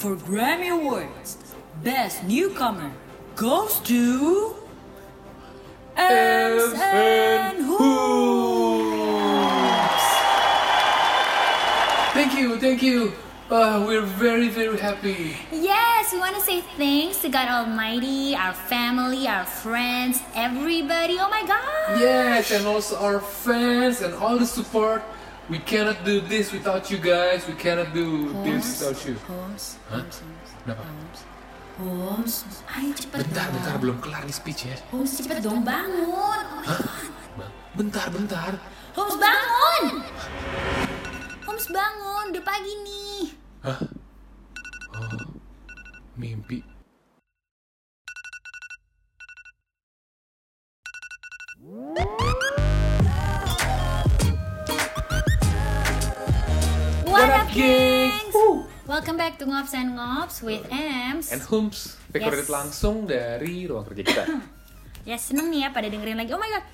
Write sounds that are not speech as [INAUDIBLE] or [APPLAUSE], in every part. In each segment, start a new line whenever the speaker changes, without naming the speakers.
for Grammy Awards, Best Newcomer goes to. Ems and Hoops!
Thank you, thank you. Uh, we're very, very happy.
Yes, we want to say thanks to God Almighty, our family, our friends, everybody. Oh my God!
Yes, and also our fans and all the support. We cannot do this without you guys. We cannot do this without you.
Homes, homes,
Kenapa?
homes,
Ayo cepet
Bentar, bentar, belum kelar nih speech ya.
Homes cepet dong bangun.
Bentar, bentar.
Homes bangun. Homes bangun, udah pagi nih.
Mimpi.
What up,
geng?
gengs? Welcome back to Ngops and Ngops with Ems.
And Homes, recorded
Yes.
langsung dari ruang kerja kita.
Ya seneng nih ya pada dengerin lagi. Oh my God,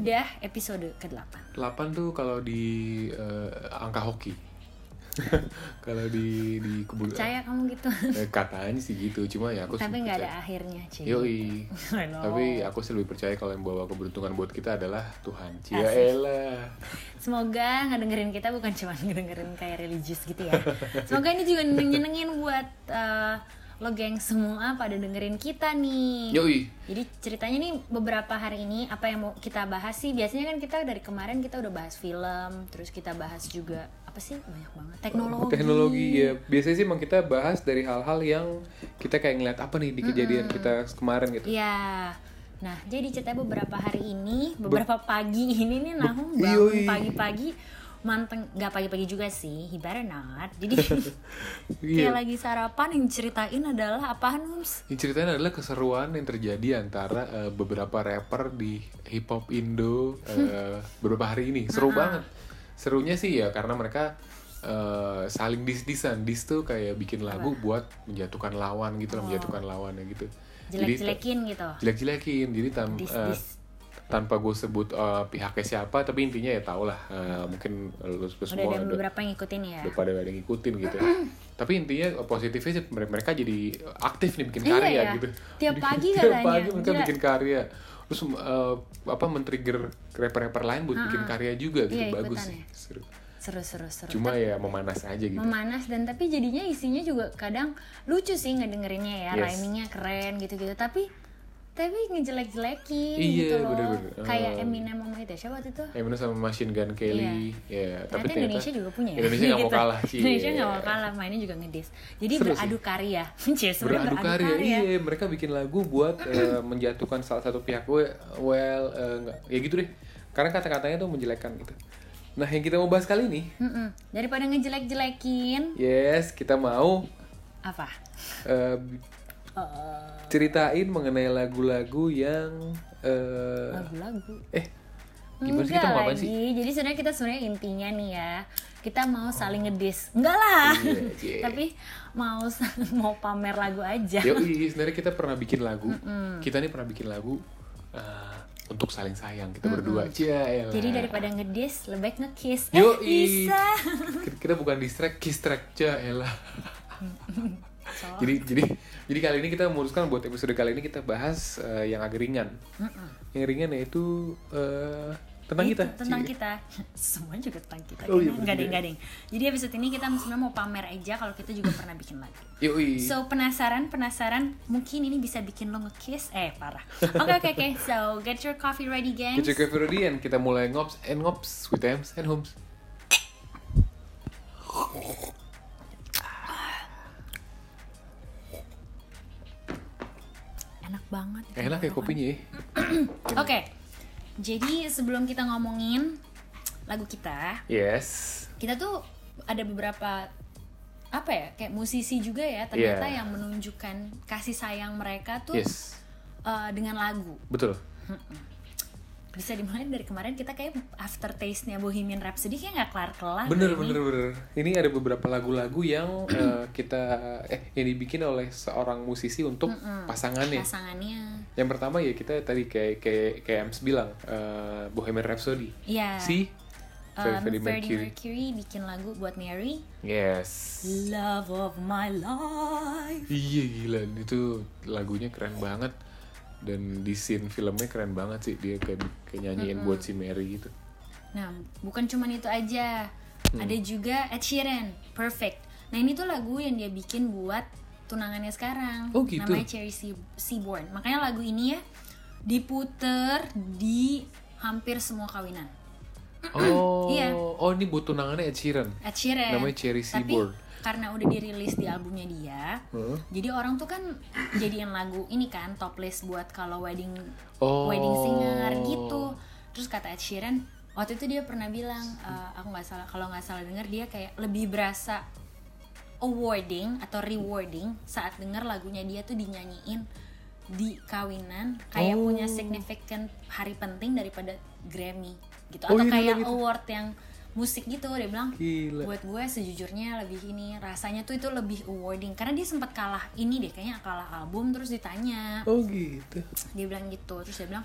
udah episode ke-8.
8 tuh kalau di eh, angka hoki. [LAUGHS] kalau di di kebun
Percaya kamu gitu.
eh, katanya sih gitu, cuma ya aku
Tapi
sempet
nggak
percaya.
ada akhirnya, Ci.
Yoi.
Iya. [LAUGHS] I know.
Tapi aku sih lebih percaya kalau yang bawa keberuntungan buat kita adalah Tuhan. Ya
Asik. Hmm.
Ciaelah.
Semoga ngedengerin kita bukan cuma [LAUGHS] ngedengerin kayak religius gitu ya. Semoga ini juga nyenengin buat eh, lo geng semua pada dengerin kita nih.
Yoi.
Jadi ceritanya nih beberapa hari ini apa yang mau kita bahas sih? Biasanya kan kita dari kemarin kita udah bahas film, terus kita bahas juga apa sih banyak banget teknologi.
Teknologi ya. Biasanya sih emang kita bahas dari hal-hal yang kita kayak ngeliat apa nih di kejadian kita kemarin gitu.
Iya. Nah, jadi ceritanya beberapa hari ini, beberapa pagi ini nih Nahum
Be- Iya,
bangun
Yoi.
pagi-pagi manteng nggak pagi-pagi juga sih, he better not. Jadi
[LAUGHS] Iya.
kayak lagi sarapan yang ceritain adalah apaan Hums?
Ini ceritanya adalah keseruan yang terjadi antara eh, beberapa rapper di hip hop Indo
Hmm.
eh, beberapa hari ini. Seru banget. Serunya sih ya karena mereka eh, saling dis-disan. Dis tuh kayak bikin lagu
Hmm.
buat menjatuhkan lawan gitu lah, menjatuhkan lawannya gitu. Jadi-
Oh. Jelek-jelekin gitu.
jelek-jelekin jadi tam-
Dis-
eh,
dis.
tanpa gue sebut eh, pihaknya siapa tapi intinya ya tau lah eh, mungkin lu, lu
Udah
semua
ada
udah,
beberapa yang ngikutin ya.
udah pada ada yang ngikutin gitu ya. tapi intinya eh, positifnya sih mere- mereka jadi aktif nih bikin
Iya,
karya
iya.
gitu
Tiap
Jadi,
pagi
[LAUGHS] tiap
katanya.
pagi mereka
Gila.
bikin karya terus eh, apa men-trigger rapper-rapper lain buat bikin karya juga gitu
Ah, Iya,
bagus
ikutan
sih
ya.
seru
Seru seru seru.
cuma ya memanas aja gitu
memanas dan tapi jadinya isinya juga kadang lucu sih ngedengerinnya ya
Yes.
rhymingnya keren gitu-gitu tapi tapi ngejelek-jelekin
Iya,
gitu loh
bener-bener.
kayak
Um,
Eminem sama itu ya, siapa waktu itu
Eminem sama Machine Gun Kelly ya tapi
Iya. ternyata Indonesia juga punya ya
Indonesia nggak mau
[LAUGHS] Gitu.
kalah sih
Indonesia nggak mau kalah mainnya juga ngedis jadi
Seru sih.
beradu karya [LAUGHS] Cie, sebenarnya
beradu karya,
ya?
iya mereka bikin lagu buat
[CLEARS THROAT]
eh, menjatuhkan salah satu pihak gue well eh, nggak ya gitu deh karena kata-katanya tuh menjelekkan gitu nah yang kita mau bahas kali ini
Mm-mm. daripada ngejelek-jelekin
yes kita mau
apa
eh,
Eh,
ceritain mengenai lagu-lagu yang eh,
lagu-lagu
eh gimana sih kita mau ngapain
lagi.
sih
Jadi sebenarnya kita sebenarnya intinya nih ya, kita mau saling ngedis. Enggak lah.
Iya, iya.
[LAUGHS] Tapi mau sa- [LAUGHS] mau pamer lagu aja.
Yo, sebenarnya kita pernah bikin lagu. Kita nih pernah bikin lagu eh, untuk saling sayang kita berdua. ya Ciaelah.
Jadi daripada ngedis, lebih baik ngekiss. Eh,
Yo,
bisa.
Kita bukan distract, kiss track aja, elah. jadi jadi jadi kali ini kita memutuskan buat episode kali ini kita bahas eh, yang agak ringan. Yang ringan yaitu eh, tentang kita.
Gitu,
Iya.
Tentang
Ci.
kita. [LAUGHS] Semua juga tentang kita.
Oh, iya,
Gading,
bener.
gading, gading. Jadi episode ini kita sebenarnya mau pamer aja kalau kita juga pernah bikin lagu.
Yoi.
So penasaran penasaran mungkin ini bisa bikin lo ngekiss eh parah. Oke oke oke. So get your coffee ready
Kita
gengs.
juga Ferodian, kita mulai ngops and ngops with Ems and Homes.
Enak banget.
Enak ya kopinya ya.
Oke, jadi sebelum kita ngomongin lagu kita,
Yes.
kita tuh ada beberapa apa ya kayak musisi juga ya ternyata
Yeah.
yang menunjukkan kasih sayang mereka tuh
Iya. Yes.
eh, dengan lagu.
Betul.
Bisa dimulai dari kemarin kita kayak aftertaste-nya Bohemian Rhapsody kayak nggak kelar-kelar.
Bener
ini.
bener bener. Ini ada beberapa lagu-lagu yang eh, kita eh yang dibikin oleh seorang musisi untuk pasangannya.
Pasangannya.
Yang pertama ya kita tadi kayak kayak kayak Ems bilang eh, Bohemian Rhapsody.
Iya.
Si
Eh, um,
Freddie
Freddie
Mercury.
Mercury. bikin lagu buat Mary
Yes.
Love of my life.
Iya gila, itu lagunya keren banget dan di scene filmnya keren banget sih dia kayak, kayak nyanyiin buat si Mary gitu.
Nah, bukan cuman itu aja.
Hmm.
Ada juga Ed Sheeran, Perfect. Nah, ini tuh lagu yang dia bikin buat tunangannya sekarang.
Oh, gitu.
Namanya Cherry Se- Seaborn. Makanya lagu ini ya diputer di hampir semua kawinan.
Oh,
[CLEARS THROAT] Iya.
oh ini buat tunangannya Ed Sheeran.
Ed Sheeran.
Namanya Cherry
Tapi
Seaborn.
karena udah dirilis di albumnya dia,
Heeh.
jadi orang tuh kan jadiin lagu ini kan top list buat kalau wedding
Oh.
wedding singer gitu. Terus kata Ed Sheeran, waktu itu dia pernah bilang, eh, aku nggak salah kalau nggak salah denger dia kayak lebih berasa awarding atau rewarding saat denger lagunya dia tuh dinyanyiin di kawinan kayak
Oh.
punya significant hari penting daripada Grammy gitu atau
Oh, iya,
kayak
iya, gitu. Iya.
award yang musik gitu dia bilang
Gila.
buat gue sejujurnya lebih ini rasanya tuh itu lebih awarding karena dia sempat kalah ini deh kayaknya kalah album terus ditanya
Oh gitu.
dia bilang gitu terus dia bilang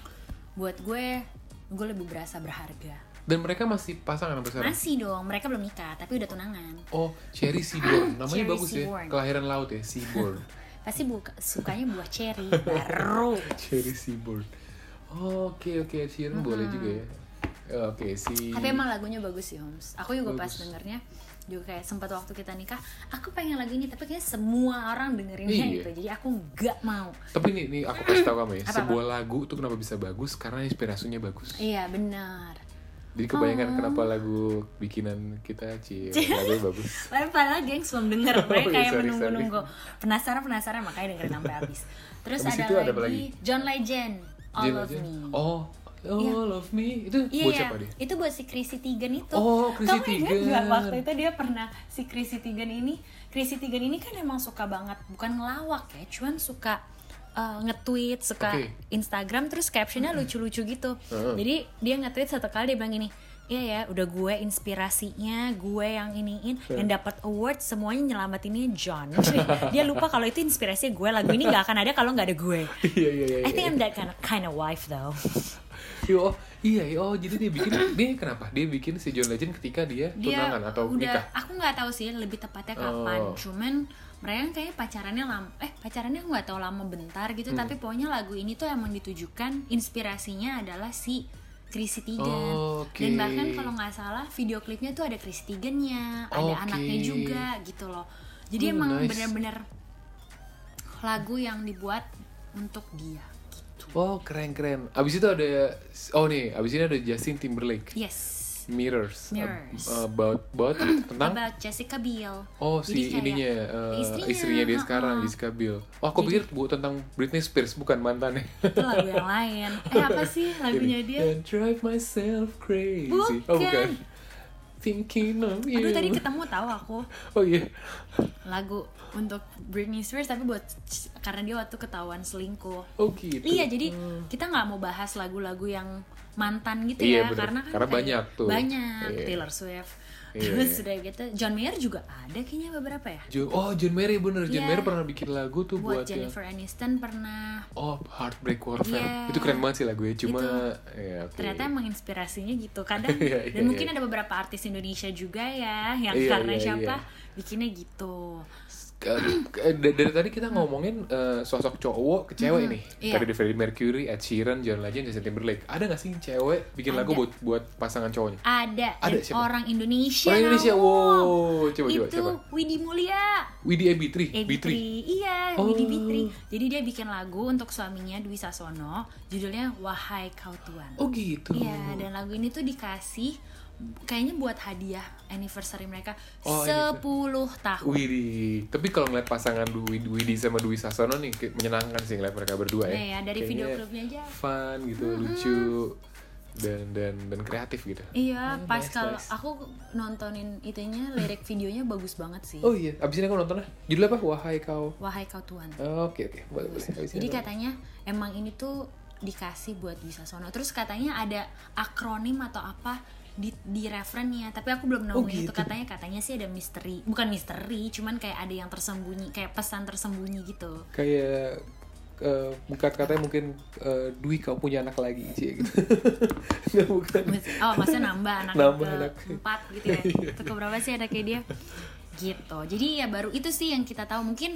buat gue gue lebih berasa berharga
Dan mereka masih pasangan sampai sekarang.
masih dong mereka belum nikah tapi udah tunangan
Oh, Cherry
[CLEARS THROAT]
Seaborn. Namanya
Cherry
bagus
Seaborn.
ya. Kelahiran laut ya, Seaborn.
pasti buka, sukanya buah
[LAUGHS]
ceri baru
Cherry Seaborn. Oh, Oke, oke, Ed Sheeran boleh juga ya. Eh, Oke, si
tapi emang lagunya bagus sih Homs aku juga pas
Bagus.
dengernya juga kayak sempat waktu kita nikah aku pengen lagu ini tapi kayaknya semua orang dengerinnya
Iya.
gitu jadi aku nggak mau
Tapi nih, nih aku kasih tau kamu ya,
Apa-apa?
sebuah lagu tuh kenapa bisa bagus karena inspirasinya bagus.
iya Oh. benar
Jadi kebayangkan kenapa lagu bikinan kita Ci,
[LAUGHS]
lagunya bagus.
Padahal padahal gengs belum denger,
[LAUGHS] Oh,
mereka
iya,
kayak
sorry,
menunggu-nunggu Penasaran-penasaran makanya dengerin sampai habis Terus
Habis
ada
itu ada
lagi,
apa
John Legend, All
Jane
of
aja.
Me
Oh, All of Me itu
Iya,
buat
iya.
siapa dia? [LAUGHS]
itu buat si Chrissy Teigen itu.
Oh, Chrissy
Kamu ingat
Teigen.
nggak waktu itu dia pernah si Chrissy Teigen ini, Chrissy Teigen ini kan emang suka banget bukan ngelawak ya, cuman suka uh, nge-tweet, suka
Oke.
Instagram terus captionnya lucu-lucu gitu. Jadi dia nge-tweet satu kali dia bilang gini, Iya ya, udah gue inspirasinya, gue yang iniin dan dapat award semuanya nyelamatinnya John. [LAUGHS] dia lupa kalau itu inspirasinya gue lagu ini nggak akan ada kalau nggak ada gue.
Iya, iya, iya.
I
iya.
think I'm that kind of, kind of wife though.
Yo, oh, iya, iya, oh, jadi dia bikin, dia kenapa? Dia bikin si John Legend ketika dia, tunangan atau
udah,
nikah?
aku nggak tahu sih lebih tepatnya kapan
Oh.
cuman mereka kayaknya pacarannya lama eh pacarannya aku nggak tahu lama bentar gitu
Hmm.
tapi pokoknya lagu ini tuh emang ditujukan inspirasinya adalah si Chrissy Teigen
Oh, oke.
dan bahkan kalau nggak salah video klipnya tuh ada Chrissy Teigennya ada
Oke.
anaknya juga gitu loh jadi
Oh,
emang
nice.
bener-bener lagu yang dibuat untuk dia gitu
Oh, keren-keren. Abis itu ada, oh nih, abis ini ada Justin Timberlake.
yes
Mirrors. ab-
Mirrors.
about, about, gitu,
[COUGHS]
tentang?
about Jessica Biel
Oh
Jadi
si
kayak
ininya eh, istrinya, dia
ha-ha.
sekarang Jessica Biel. Oh aku pikir bu tentang Britney Spears bukan mantannya.
itu lagu yang lain eh apa sih [LAUGHS]
Ini,
lagunya dia
"And drive myself crazy. Oh
Bukan.
bukan. Thinking of you.
aduh tadi ketemu tahu aku
[LAUGHS] Oh iya.
lagu untuk Britney Spears tapi buat karena dia waktu ketahuan selingkuh
Oh gitu.
iya jadi kita nggak mau bahas lagu-lagu yang mantan gitu
Iya,
ya
bener.
karena kan
Karena
kayak
banyak tuh.
banyak
Iya.
Taylor Swift
Iya.
terus sudah gitu John Mayer juga ada kayaknya beberapa ya
Jo- oh John Mayer bener. John
Iya.
Mayer pernah bikin lagu tuh buat, ya.
buat
yang-
Jennifer Aniston pernah
Oh Heartbreak Warfare.
Iya.
Itu keren banget sih lagunya. Cuma
Itu.
ya, oke.
ternyata emang inspirasinya gitu kadang
[LAUGHS] Iya, iya,
dan mungkin
iya.
ada beberapa artis Indonesia juga ya yang
Iya,
karena
iya,
siapa
iya.
bikinnya gitu
Eh, eh, dari, dari tadi kita ngomongin eh, sosok cowok ke cewek nih
iya.
tadi dari Freddie Mercury, Ed Sheeran, John Legend, Justin Timberlake ada gak sih cewek bikin lagu
Ada.
buat buat pasangan cowoknya
ada,
Ada
dan
siapa?
orang Indonesia
Orang Indonesia,
Nawang.
wow. Coba,
itu
coba, coba.
Widi Mulia
Widi eh, Bitri,
eh
Bitri.
Bitri iya
Oh.
Widi Bitri jadi dia bikin lagu untuk suaminya Dwi Sasono judulnya Wahai Kau Tuan
oh gitu
iya dan lagu ini tuh dikasih kayaknya buat hadiah anniversary mereka
Oh,
10 tahun
Widi tapi kalau ngeliat pasangan Dwi- Widi, sama Dwi Sasono nih kayak menyenangkan sih ngeliat mereka berdua ya
Iya, ya, dari video klipnya aja.
fun gitu lucu dan dan dan kreatif gitu Hmm,
Iya, pas
nice,
kalau
nice.
aku nontonin itunya lirik videonya bagus banget sih.
oh iya abis ini aku nonton lah judul apa wahai kau
Wahai kau Tuhan.
Oke oke boleh boleh Abis ini
Jadi
nonton.
katanya emang ini tuh dikasih buat Wisasono. Terus katanya ada akronim atau apa di di referennya, tapi aku belum nemuin
Oh, gitu.
itu katanya katanya sih ada misteri. Bukan misteri, cuman kayak ada yang tersembunyi, kayak pesan tersembunyi gitu.
kayak
[LAUGHS]
eh, bukan katanya mungkin eh, Dwi kau punya anak lagi sih gitu Enggak, bukan.
Oh, maksudnya nambah anak
[LAUGHS] Nambah Iya.
ke
anak.
empat gitu
[LAUGHS]
ya. Atau ke berapa sih anaknya dia? Gitu. Jadi ya baru itu sih yang kita tahu. Mungkin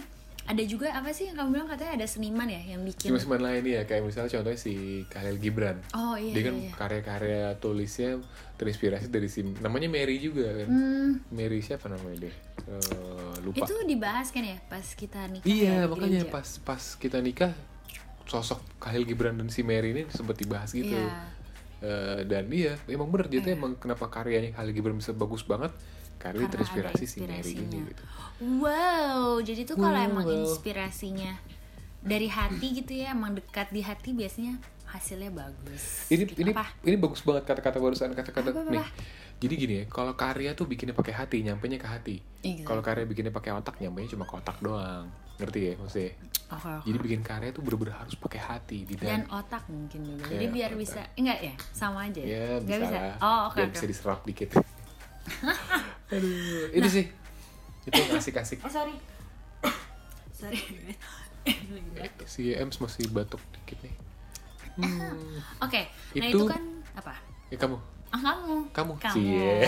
ada juga apa sih yang kamu bilang katanya ada seniman ya yang bikin.
Seniman lain ya, kayak misalnya contohnya si Khalil Gibran.
Oh iya.
dia kan
iya, iya.
karya-karya tulisnya terinspirasi dari si namanya Mary juga kan.
Hmm,
Mary siapa namanya deh? Eh, lupa.
itu dibahas kan ya pas kita nikah. ya,
Iya,
di
makanya
gereja.
pas pas kita nikah sosok Khalil Gibran dan si Mary ini sempat dibahas gitu.
Iya.
Eh, dan iya, emang bener dia tuh emang kenapa karyanya Khalil Gibran bisa bagus banget karena,
Karena ada
terinspirasi si Mary ini
inspirasinya.
gitu.
Wow, jadi tuh kalau
Wow,
emang
wow.
inspirasinya dari hati gitu ya, emang dekat di hati biasanya hasilnya bagus.
Ini
Gitu.
ini
apa?
ini bagus banget kata-kata barusan kata-kata
Apa, apa,
nih.
apa?
Jadi gini ya, kalau karya tuh bikinnya pakai hati, nyampenya ke hati.
Iya.
Kalau karya bikinnya pakai otak, nyampenya cuma ke otak doang. Ngerti ya maksudnya?
Oke, oke.
Jadi bikin karya tuh bener-bener harus pakai hati di
Oh. dan
dalam.
otak mungkin juga. Jadi
Iya,
biar
otak.
bisa enggak ya? Sama aja.
Ya,
Nggak
bisa, lah.
Oh, oke.
Biar
oke. Nah.
bisa diserap
[LAUGHS]
dikit. Aduh, itu sih. Itu yang asik-asik.
Oh, sorry. sorry. [LAUGHS] oke,
Iya, Si Ems masih batuk dikit
[LAUGHS]
nih. Hmm.
nah
Itu-
itu kan apa?
Ya kamu,
Ah, kamu.
kamu.
Kamu.
Cie,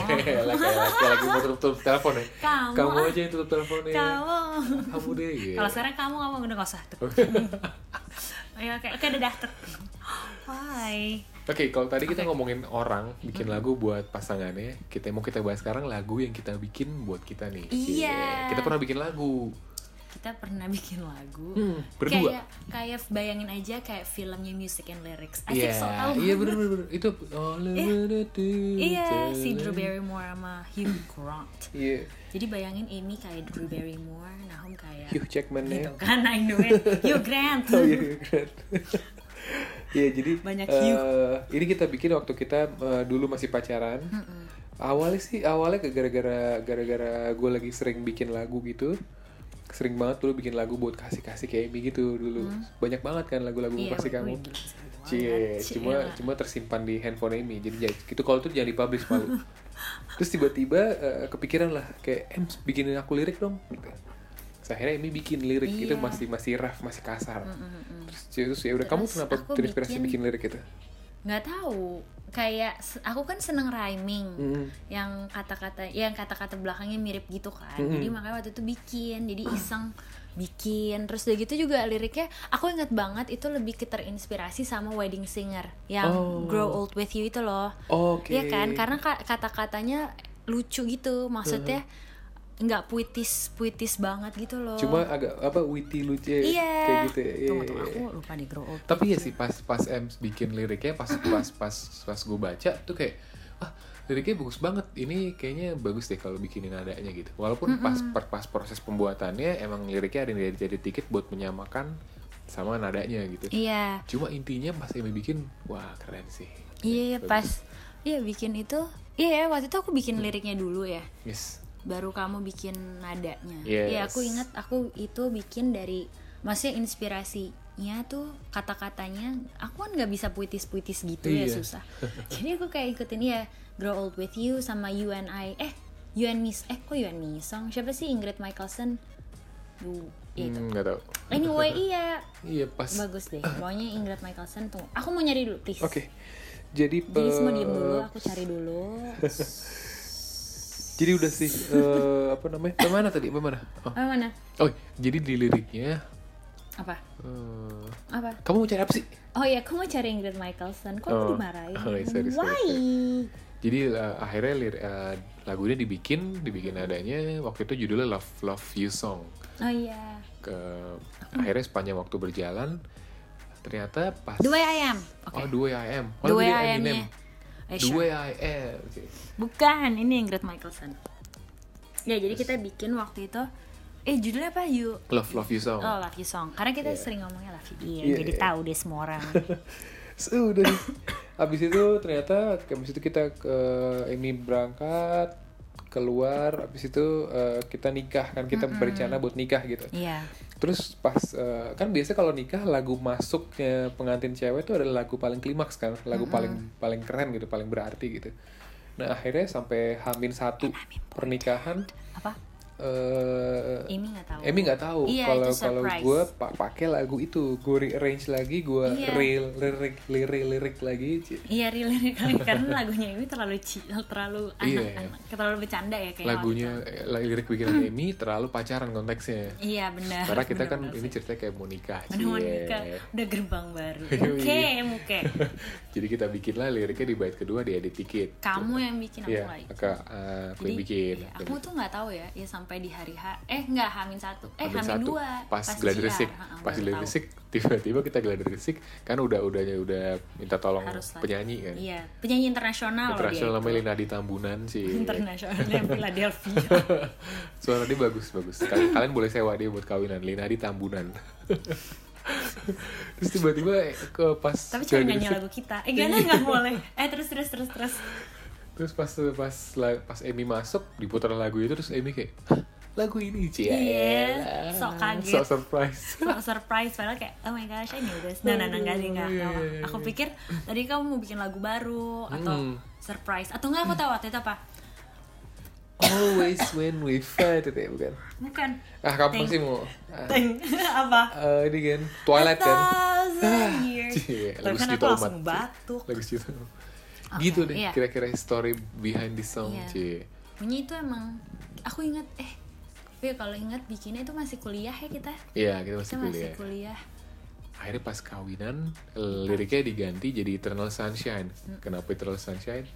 laki-laki lagi mau tutup-tutup telepon ya.
Kamu.
Kamu aja yang tutup teleponnya.
Kamu.
Kamu deh. gitu.
Kalau sekarang kamu kamu udah nggak
[LAUGHS]
usah. Tuh. Ayo, oke, oke udah dah. Tuh. Why?
Oke, kalau tadi kita ngomongin orang bikin lagu buat pasangannya, kita mau kita bahas sekarang lagu yang kita bikin buat kita nih. Cie.
Iya.
Kita pernah bikin lagu.
Kita pernah [LAUGHS] bikin lagu.
Hmm, berdua.
Kayak kayak bayangin aja kayak filmnya music and lyrics. Asik
Iya,
so tau.
iya bener bener itu oh, all I wanna do
[LAUGHS] Iya, si
is-
Drew Barrymore sama Hugh Grant.
Iya,
Jadi bayangin Amy kayak Drew Barrymore, Nahum kayak
Hugh Jackman ya.
gitu kan, I know it. Hugh Grant.
[LAUGHS] Oh
[LAUGHS]
iya, Hugh Grant. Iya, jadi
Banyak
eh,
Hugh.
ini kita bikin waktu kita eh, dulu masih pacaran. Awalnya sih awalnya ke gara-gara gara-gara gue lagi sering bikin lagu gitu. Sering banget dulu bikin lagu buat kasih-kasih kayak Amy gitu dulu. Banyak banget kan lagu-lagu
Hmm. Iya,
kasih
wih,
kamu.
gila, seru banget. iya.
Cie,
Cie.
cuma cuma tersimpan di handphone Amy. Jadi ya, gitu kalau tuh jangan dipublish malu.
[LAUGHS]
Terus tiba-tiba eh, kepikiran lah kayak em bikinin aku lirik dong. Gitu. Terus akhirnya Amy bikin lirik itu
Iya.
masih masih rough, masih kasar. Terus, terus ya udah kamu
Terus
kenapa
aku
terinspirasi bikin,
bikin-
lirik itu?
nggak tahu kayak se- aku kan seneng rhyming
Mm-mm.
yang kata-kata ya, yang kata-kata belakangnya mirip gitu kan jadi makanya waktu itu bikin jadi iseng bikin terus udah gitu juga liriknya aku inget banget itu lebih ke terinspirasi sama wedding singer yang
Oh.
grow old with you itu loh
Oke.
Iya kan karena ka- kata-katanya lucu gitu maksudnya nggak puitis puitis banget gitu loh
Cuma agak apa witty lucu ya,
iya
kayak gitu. ya. Iya,
tunggu tunggu
iya,
aku
iya.
lupa nih grow old
Tapi ya sih pas pas em bikin liriknya pas pas pas pas gue baca tuh kayak ah liriknya bagus banget. Ini kayaknya bagus deh kalau bikinin nadanya gitu. Walaupun pas per- pas proses pembuatannya emang liriknya ada yang jadi tiket buat menyamakan sama nadanya gitu.
iya
Cuma intinya pas Emi bikin wah keren sih.
Iya, iya,
Bagus.
pas iya bikin itu iya ya waktu itu aku bikin liriknya dulu ya
Yes.
baru kamu bikin nadanya
Yes.
iya aku ingat aku itu bikin dari maksudnya inspirasinya tuh kata-katanya aku kan nggak bisa puitis-puitis gitu
Iya.
ya susah [LAUGHS] jadi aku kayak ikutin ya grow old with you sama you and I eh you and me eh kok you and me song siapa sih Ingrid Michaelson you ya itu
Hmm, nggak tahu.
anyway iya
Iya pas.
bagus deh pokoknya Ingrid Michaelson tuh aku mau nyari dulu please
Oke. Jadi
jadi semua
eh,
diem dulu, aku cari dulu.
[LAUGHS] Jadi udah sih eh, apa namanya? Bagaimana tadi? Bagaimana? Oh.
Oh, mana?
oh, jadi di liriknya
Apa?
eh,
Apa?
kamu mau cari apa sih?
Oh iya, aku mau cari Ingrid Michaelson.
Oh.
Kok aku dimarahin?
Oh, iya, sorry, sorry,
Why?
Jadi eh, akhirnya lir- eh, lagunya dibikin, dibikin
Hmm.
adanya waktu itu judulnya Love Love You Song.
Oh iya.
Ke
Hmm.
akhirnya sepanjang waktu berjalan ternyata pas
The way I am. Oke.
Oh, dua AM. Oh,
The way
jadi
I am
Eminem.
nya. Eh,
The
sure.
Way I Am. Oke.
Bukan, ini Ingrid Michaelson. Ya, jadi kita bikin waktu itu Eh judulnya apa you?
Love Love You Song.
Oh Love You Song. Karena kita
Iya.
sering ngomongnya Love You. Iya,
Iya,
jadi
iya.
tahu deh semua
[LAUGHS]
orang.
Sudah. Habis itu ternyata habis itu kita ke ini berangkat keluar habis itu eh, kita nikah kan kita berencana buat nikah gitu.
Iya.
Terus pas eh, kan biasa kalau nikah lagu masuknya pengantin cewek itu adalah lagu paling klimaks kan, lagu paling paling keren gitu, paling berarti gitu. Nah akhirnya sampai Hamin satu pernikahan
Apa?
eh eh
Amy nggak tahu.
Emmy nggak tahu
Iya,
kalau
itu
kalau
surprise.
gue pa- pakai lagu itu gue rearrange lagi gue
Iya.
rel- lirik lirik lirik lagi Ci.
Iya relate kali karena lagunya ini terlalu ci- terlalu
Iya.
anak-anak, terlalu bercanda ya kayak
lagunya eh, lirik
[LAUGHS]
bikinan Emmy terlalu pacaran konteksnya
waktu itu. Iya benar.
karena kita kan
benar-benar
ini ceritanya kayak mau nikah Iya.
Benar, mau nikah,
Cie.
udah gerbang
[LAUGHS]
baru.
Yoi.
Oke, oke.
[LAUGHS] jadi kita bikinlah liriknya di bait kedua diedit dikit
Kamu yang bikin aku
Iya,
lagi.
maka eh, aku yang bikin gitu.
iya, aku tuh nggak tahu ya, ya sampai di hari H, eh nggak Hamin satu, eh
Hamin
Hamin,
satu.
dua,
pas gladi
JR,
resik
heeh,
pas
baru
gladi
tahu.
resik tiba-tiba kita gladi resik kan udah udah udah minta tolong
Harus lah.
penyanyi kan
Iya, penyanyi internasional loh dia.
internasional
itu.
namanya Lina di Tambunan sih
Internasionalnya
[LAUGHS]
Philadelphia.
suara dia bagus bagus
[LAUGHS]
kalian, kalian boleh sewa dia buat kawinan Lina di Tambunan [LAUGHS] terus tiba-tiba ke pas
Tapi cuma
gladi
nyanyi
resik,
lagu kita. Eh, gak nggak boleh. Eh, terus terus terus terus.
terus pas pas la- pas Emi masuk diputar lagu itu terus Emi kayak "Hah, lagu ini cie
Iya, sok kaget.
sok surprise [LAUGHS]
Suka surprise padahal kayak oh my gosh I knew this nah nah nah enggak sih enggak
Iya,
enggak.
iya, iya.
aku pikir tadi kamu mau bikin lagu baru atau
Hmm.
surprise atau enggak aku tahu waktu itu apa
always when we fight itu ya bukan
bukan
ah kamu
Thank-
pasti mau ah,
Teng. apa
eh, ini kan Twilight kan
thousand years
Cie,
Tapi
lagu
kan
segitu
aku
amat.
langsung batuk
lagu segitu
[LAUGHS]
gitu deh
iya.
kira-kira story behind this song
Iya.
cie
bunyi itu emang aku ingat eh tapi kalau ingat bikinnya itu masih kuliah ya kita
Iya, kita
kita
masih
masih
kuliah.
kuliah Iya.
Akhirnya pas kawinan, liriknya diganti jadi Eternal Sunshine.
Mm.
Kenapa Eternal Sunshine?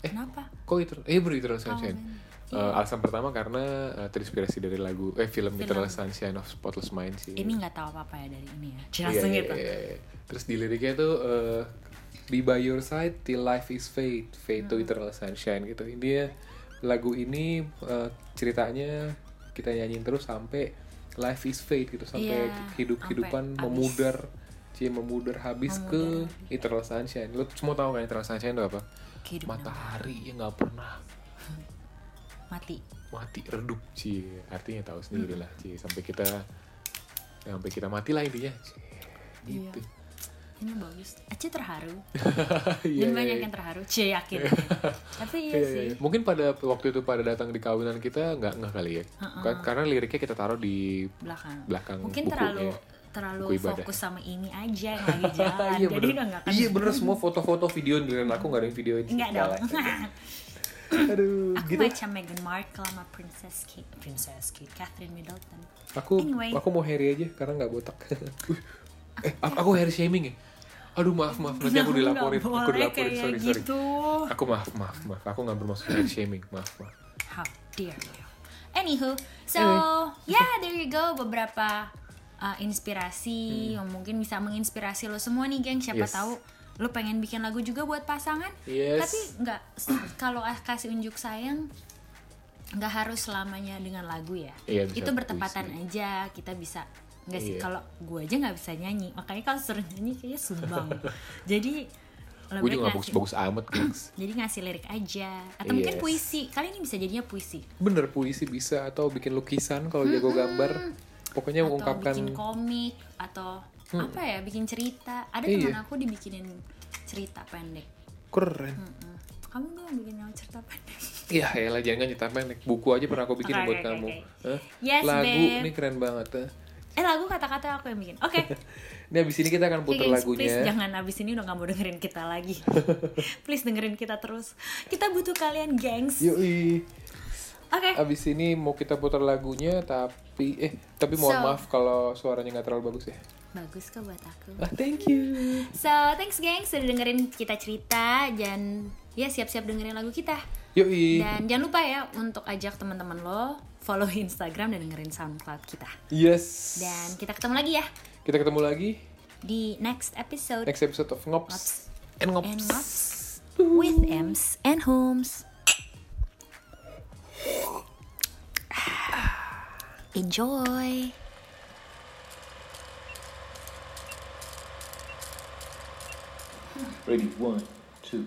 Eh,
kenapa
kok Eternal, eh, bro, Eternal Sunshine?
Iya.
Eh, alasan pertama karena eh, terinspirasi dari lagu, eh, film, Eternal Sunshine of Spotless Mind sih.
ini nggak tahu apa apa ya dari ini ya
Iya,
jelasnya
iya,
gitu
iya, iya. Terus di liriknya tuh eh, be by your side till life is fade, fade
Hmm.
to eternal sunshine gitu. Ini lagu ini eh, ceritanya kita nyanyiin terus sampai life is fade gitu sampai
Iya,
hidup
sampai
kehidupan
habis.
memudar, cie memudar habis
Memudar
ke eternal sunshine. Lo semua tahu kan eternal sunshine itu apa?
Kehidupan
Matahari yang nggak pernah
mati
mati redup cie artinya tahu sendiri
Hmm.
lah cie sampai kita sampai kita mati lah intinya cie
Iya.
gitu [LAUGHS]
ini bagus Aci terharu
Iya, iya,
dan banyak
iya.
yang terharu cie yakin tapi iya
Iya,
sih
iya. Mungkin pada waktu itu pada datang di kawinan kita nggak nggak kali ya. Ka- Karena liriknya kita taruh di
belakang
Belakang
mungkin
bukunya.
terlalu terlalu
Buku ibadah.
fokus sama ini aja yang lagi jalan
[LAUGHS] iya
jadi
bener.
udah nggak akan
Iya
[LAUGHS]
bener semua foto-foto video dan aku nggak ada yang videoin. sih.
nggak dong
lah. Aduh,
[LAUGHS]
Iya.
aku
gitu.
macam Meghan Markle sama Princess Kate Princess Kate Catherine Middleton
Aku
Anyway.
aku mau Harry aja karena nggak botak. [LAUGHS] Wih, eh, aku, aku Harry shaming ya. Aduh maaf maaf nanti aku
[LAUGHS] Nggak
dilaporin. Aku
Nah, boleh
dilaporin
kayak
sorry sorry.
gitu
Aku maaf maaf maaf. Aku nggak bermaksud Harry shaming maaf maaf.
how dare you anywho so
Anyway.
yeah there you go beberapa uh, inspirasi yang mungkin bisa menginspirasi lo semua nih geng siapa
Hmm. Yes.
tahu lo pengen bikin lagu juga buat pasangan
Yes.
tapi nggak kalau ah, kasih unjuk sayang nggak harus selamanya dengan lagu ya
Iya, bisa
itu bertepatan aja kita bisa nggak sih
Iya.
kalau gue aja nggak bisa nyanyi makanya kalau suruh nyanyi kayaknya
[LAUGHS]
sumbang jadi
Gue
lebih
juga nggak
baik ngasih-
bagus-bagus amat guys.
jadi ngasih lirik aja atau
Yes.
mungkin puisi kali ini bisa jadinya puisi
bener puisi bisa atau bikin lukisan kalau jago gambar pokoknya
atau
mengungkapkan
bikin komik atau apa ya bikin cerita ada
Hmm. Iya.
teman aku dibikinin cerita pendek
keren
Mm. kamu dong bikin nama cerita pendek
iya ya lah jangan cerita pendek buku aja pernah aku bikin
Oke,
buat
oke,
kamu
oke.
Hah?
Yes,
lagu
babe.
ini keren banget eh.
eh lagu kata-kata aku yang bikin oke
ini habis ini kita akan [LAUGHS]
Oke,
putar
guys,
lagunya
please jangan abis ini udah gak mau dengerin kita
[LAUGHS]
lagi please dengerin kita terus kita butuh kalian gengs oke
yoi
Eh.
abis ini mau kita putar lagunya tapi eh tapi mohon
So.
maaf kalau suaranya nggak terlalu bagus ya
bagus kok buat aku
ah thank you
so thanks gengs sudah dengerin kita cerita dan ya siap-siap dengerin lagu kita
yoi
Dan jangan lupa ya untuk ajak teman-teman lo follow Instagram dan dengerin SoundCloud kita.
yes
Dan kita ketemu lagi ya
kita ketemu lagi
di next episode
next episode of
Ngops.
ngops and ngops,
and Maps with Ems and Holmes. [SIGHS] Enjoy.
ready one two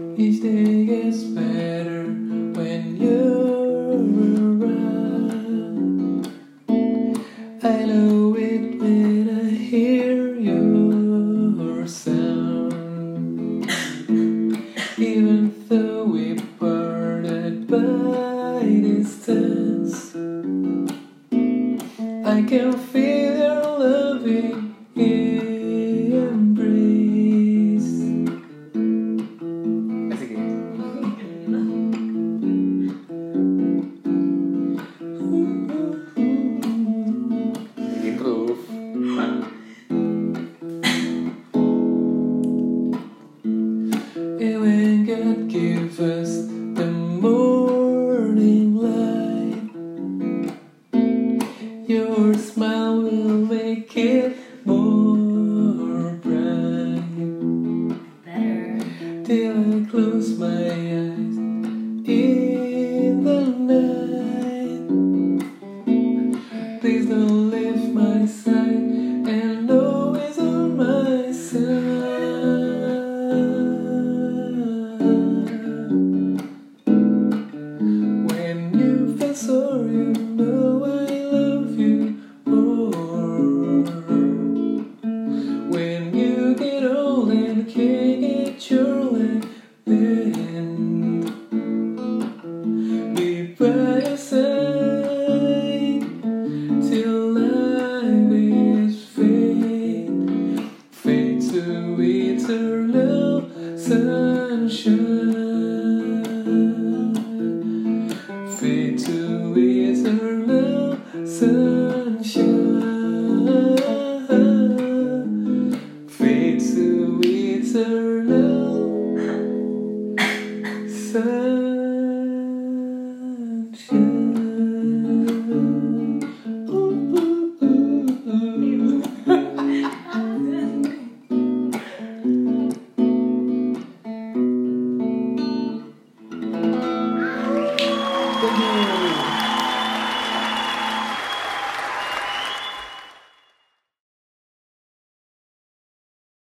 Is [LAUGHS] sunshine. Fade to eternal sunshine. Fade to eternal sunshine. Ooh, ooh, ooh, ooh. Thank you.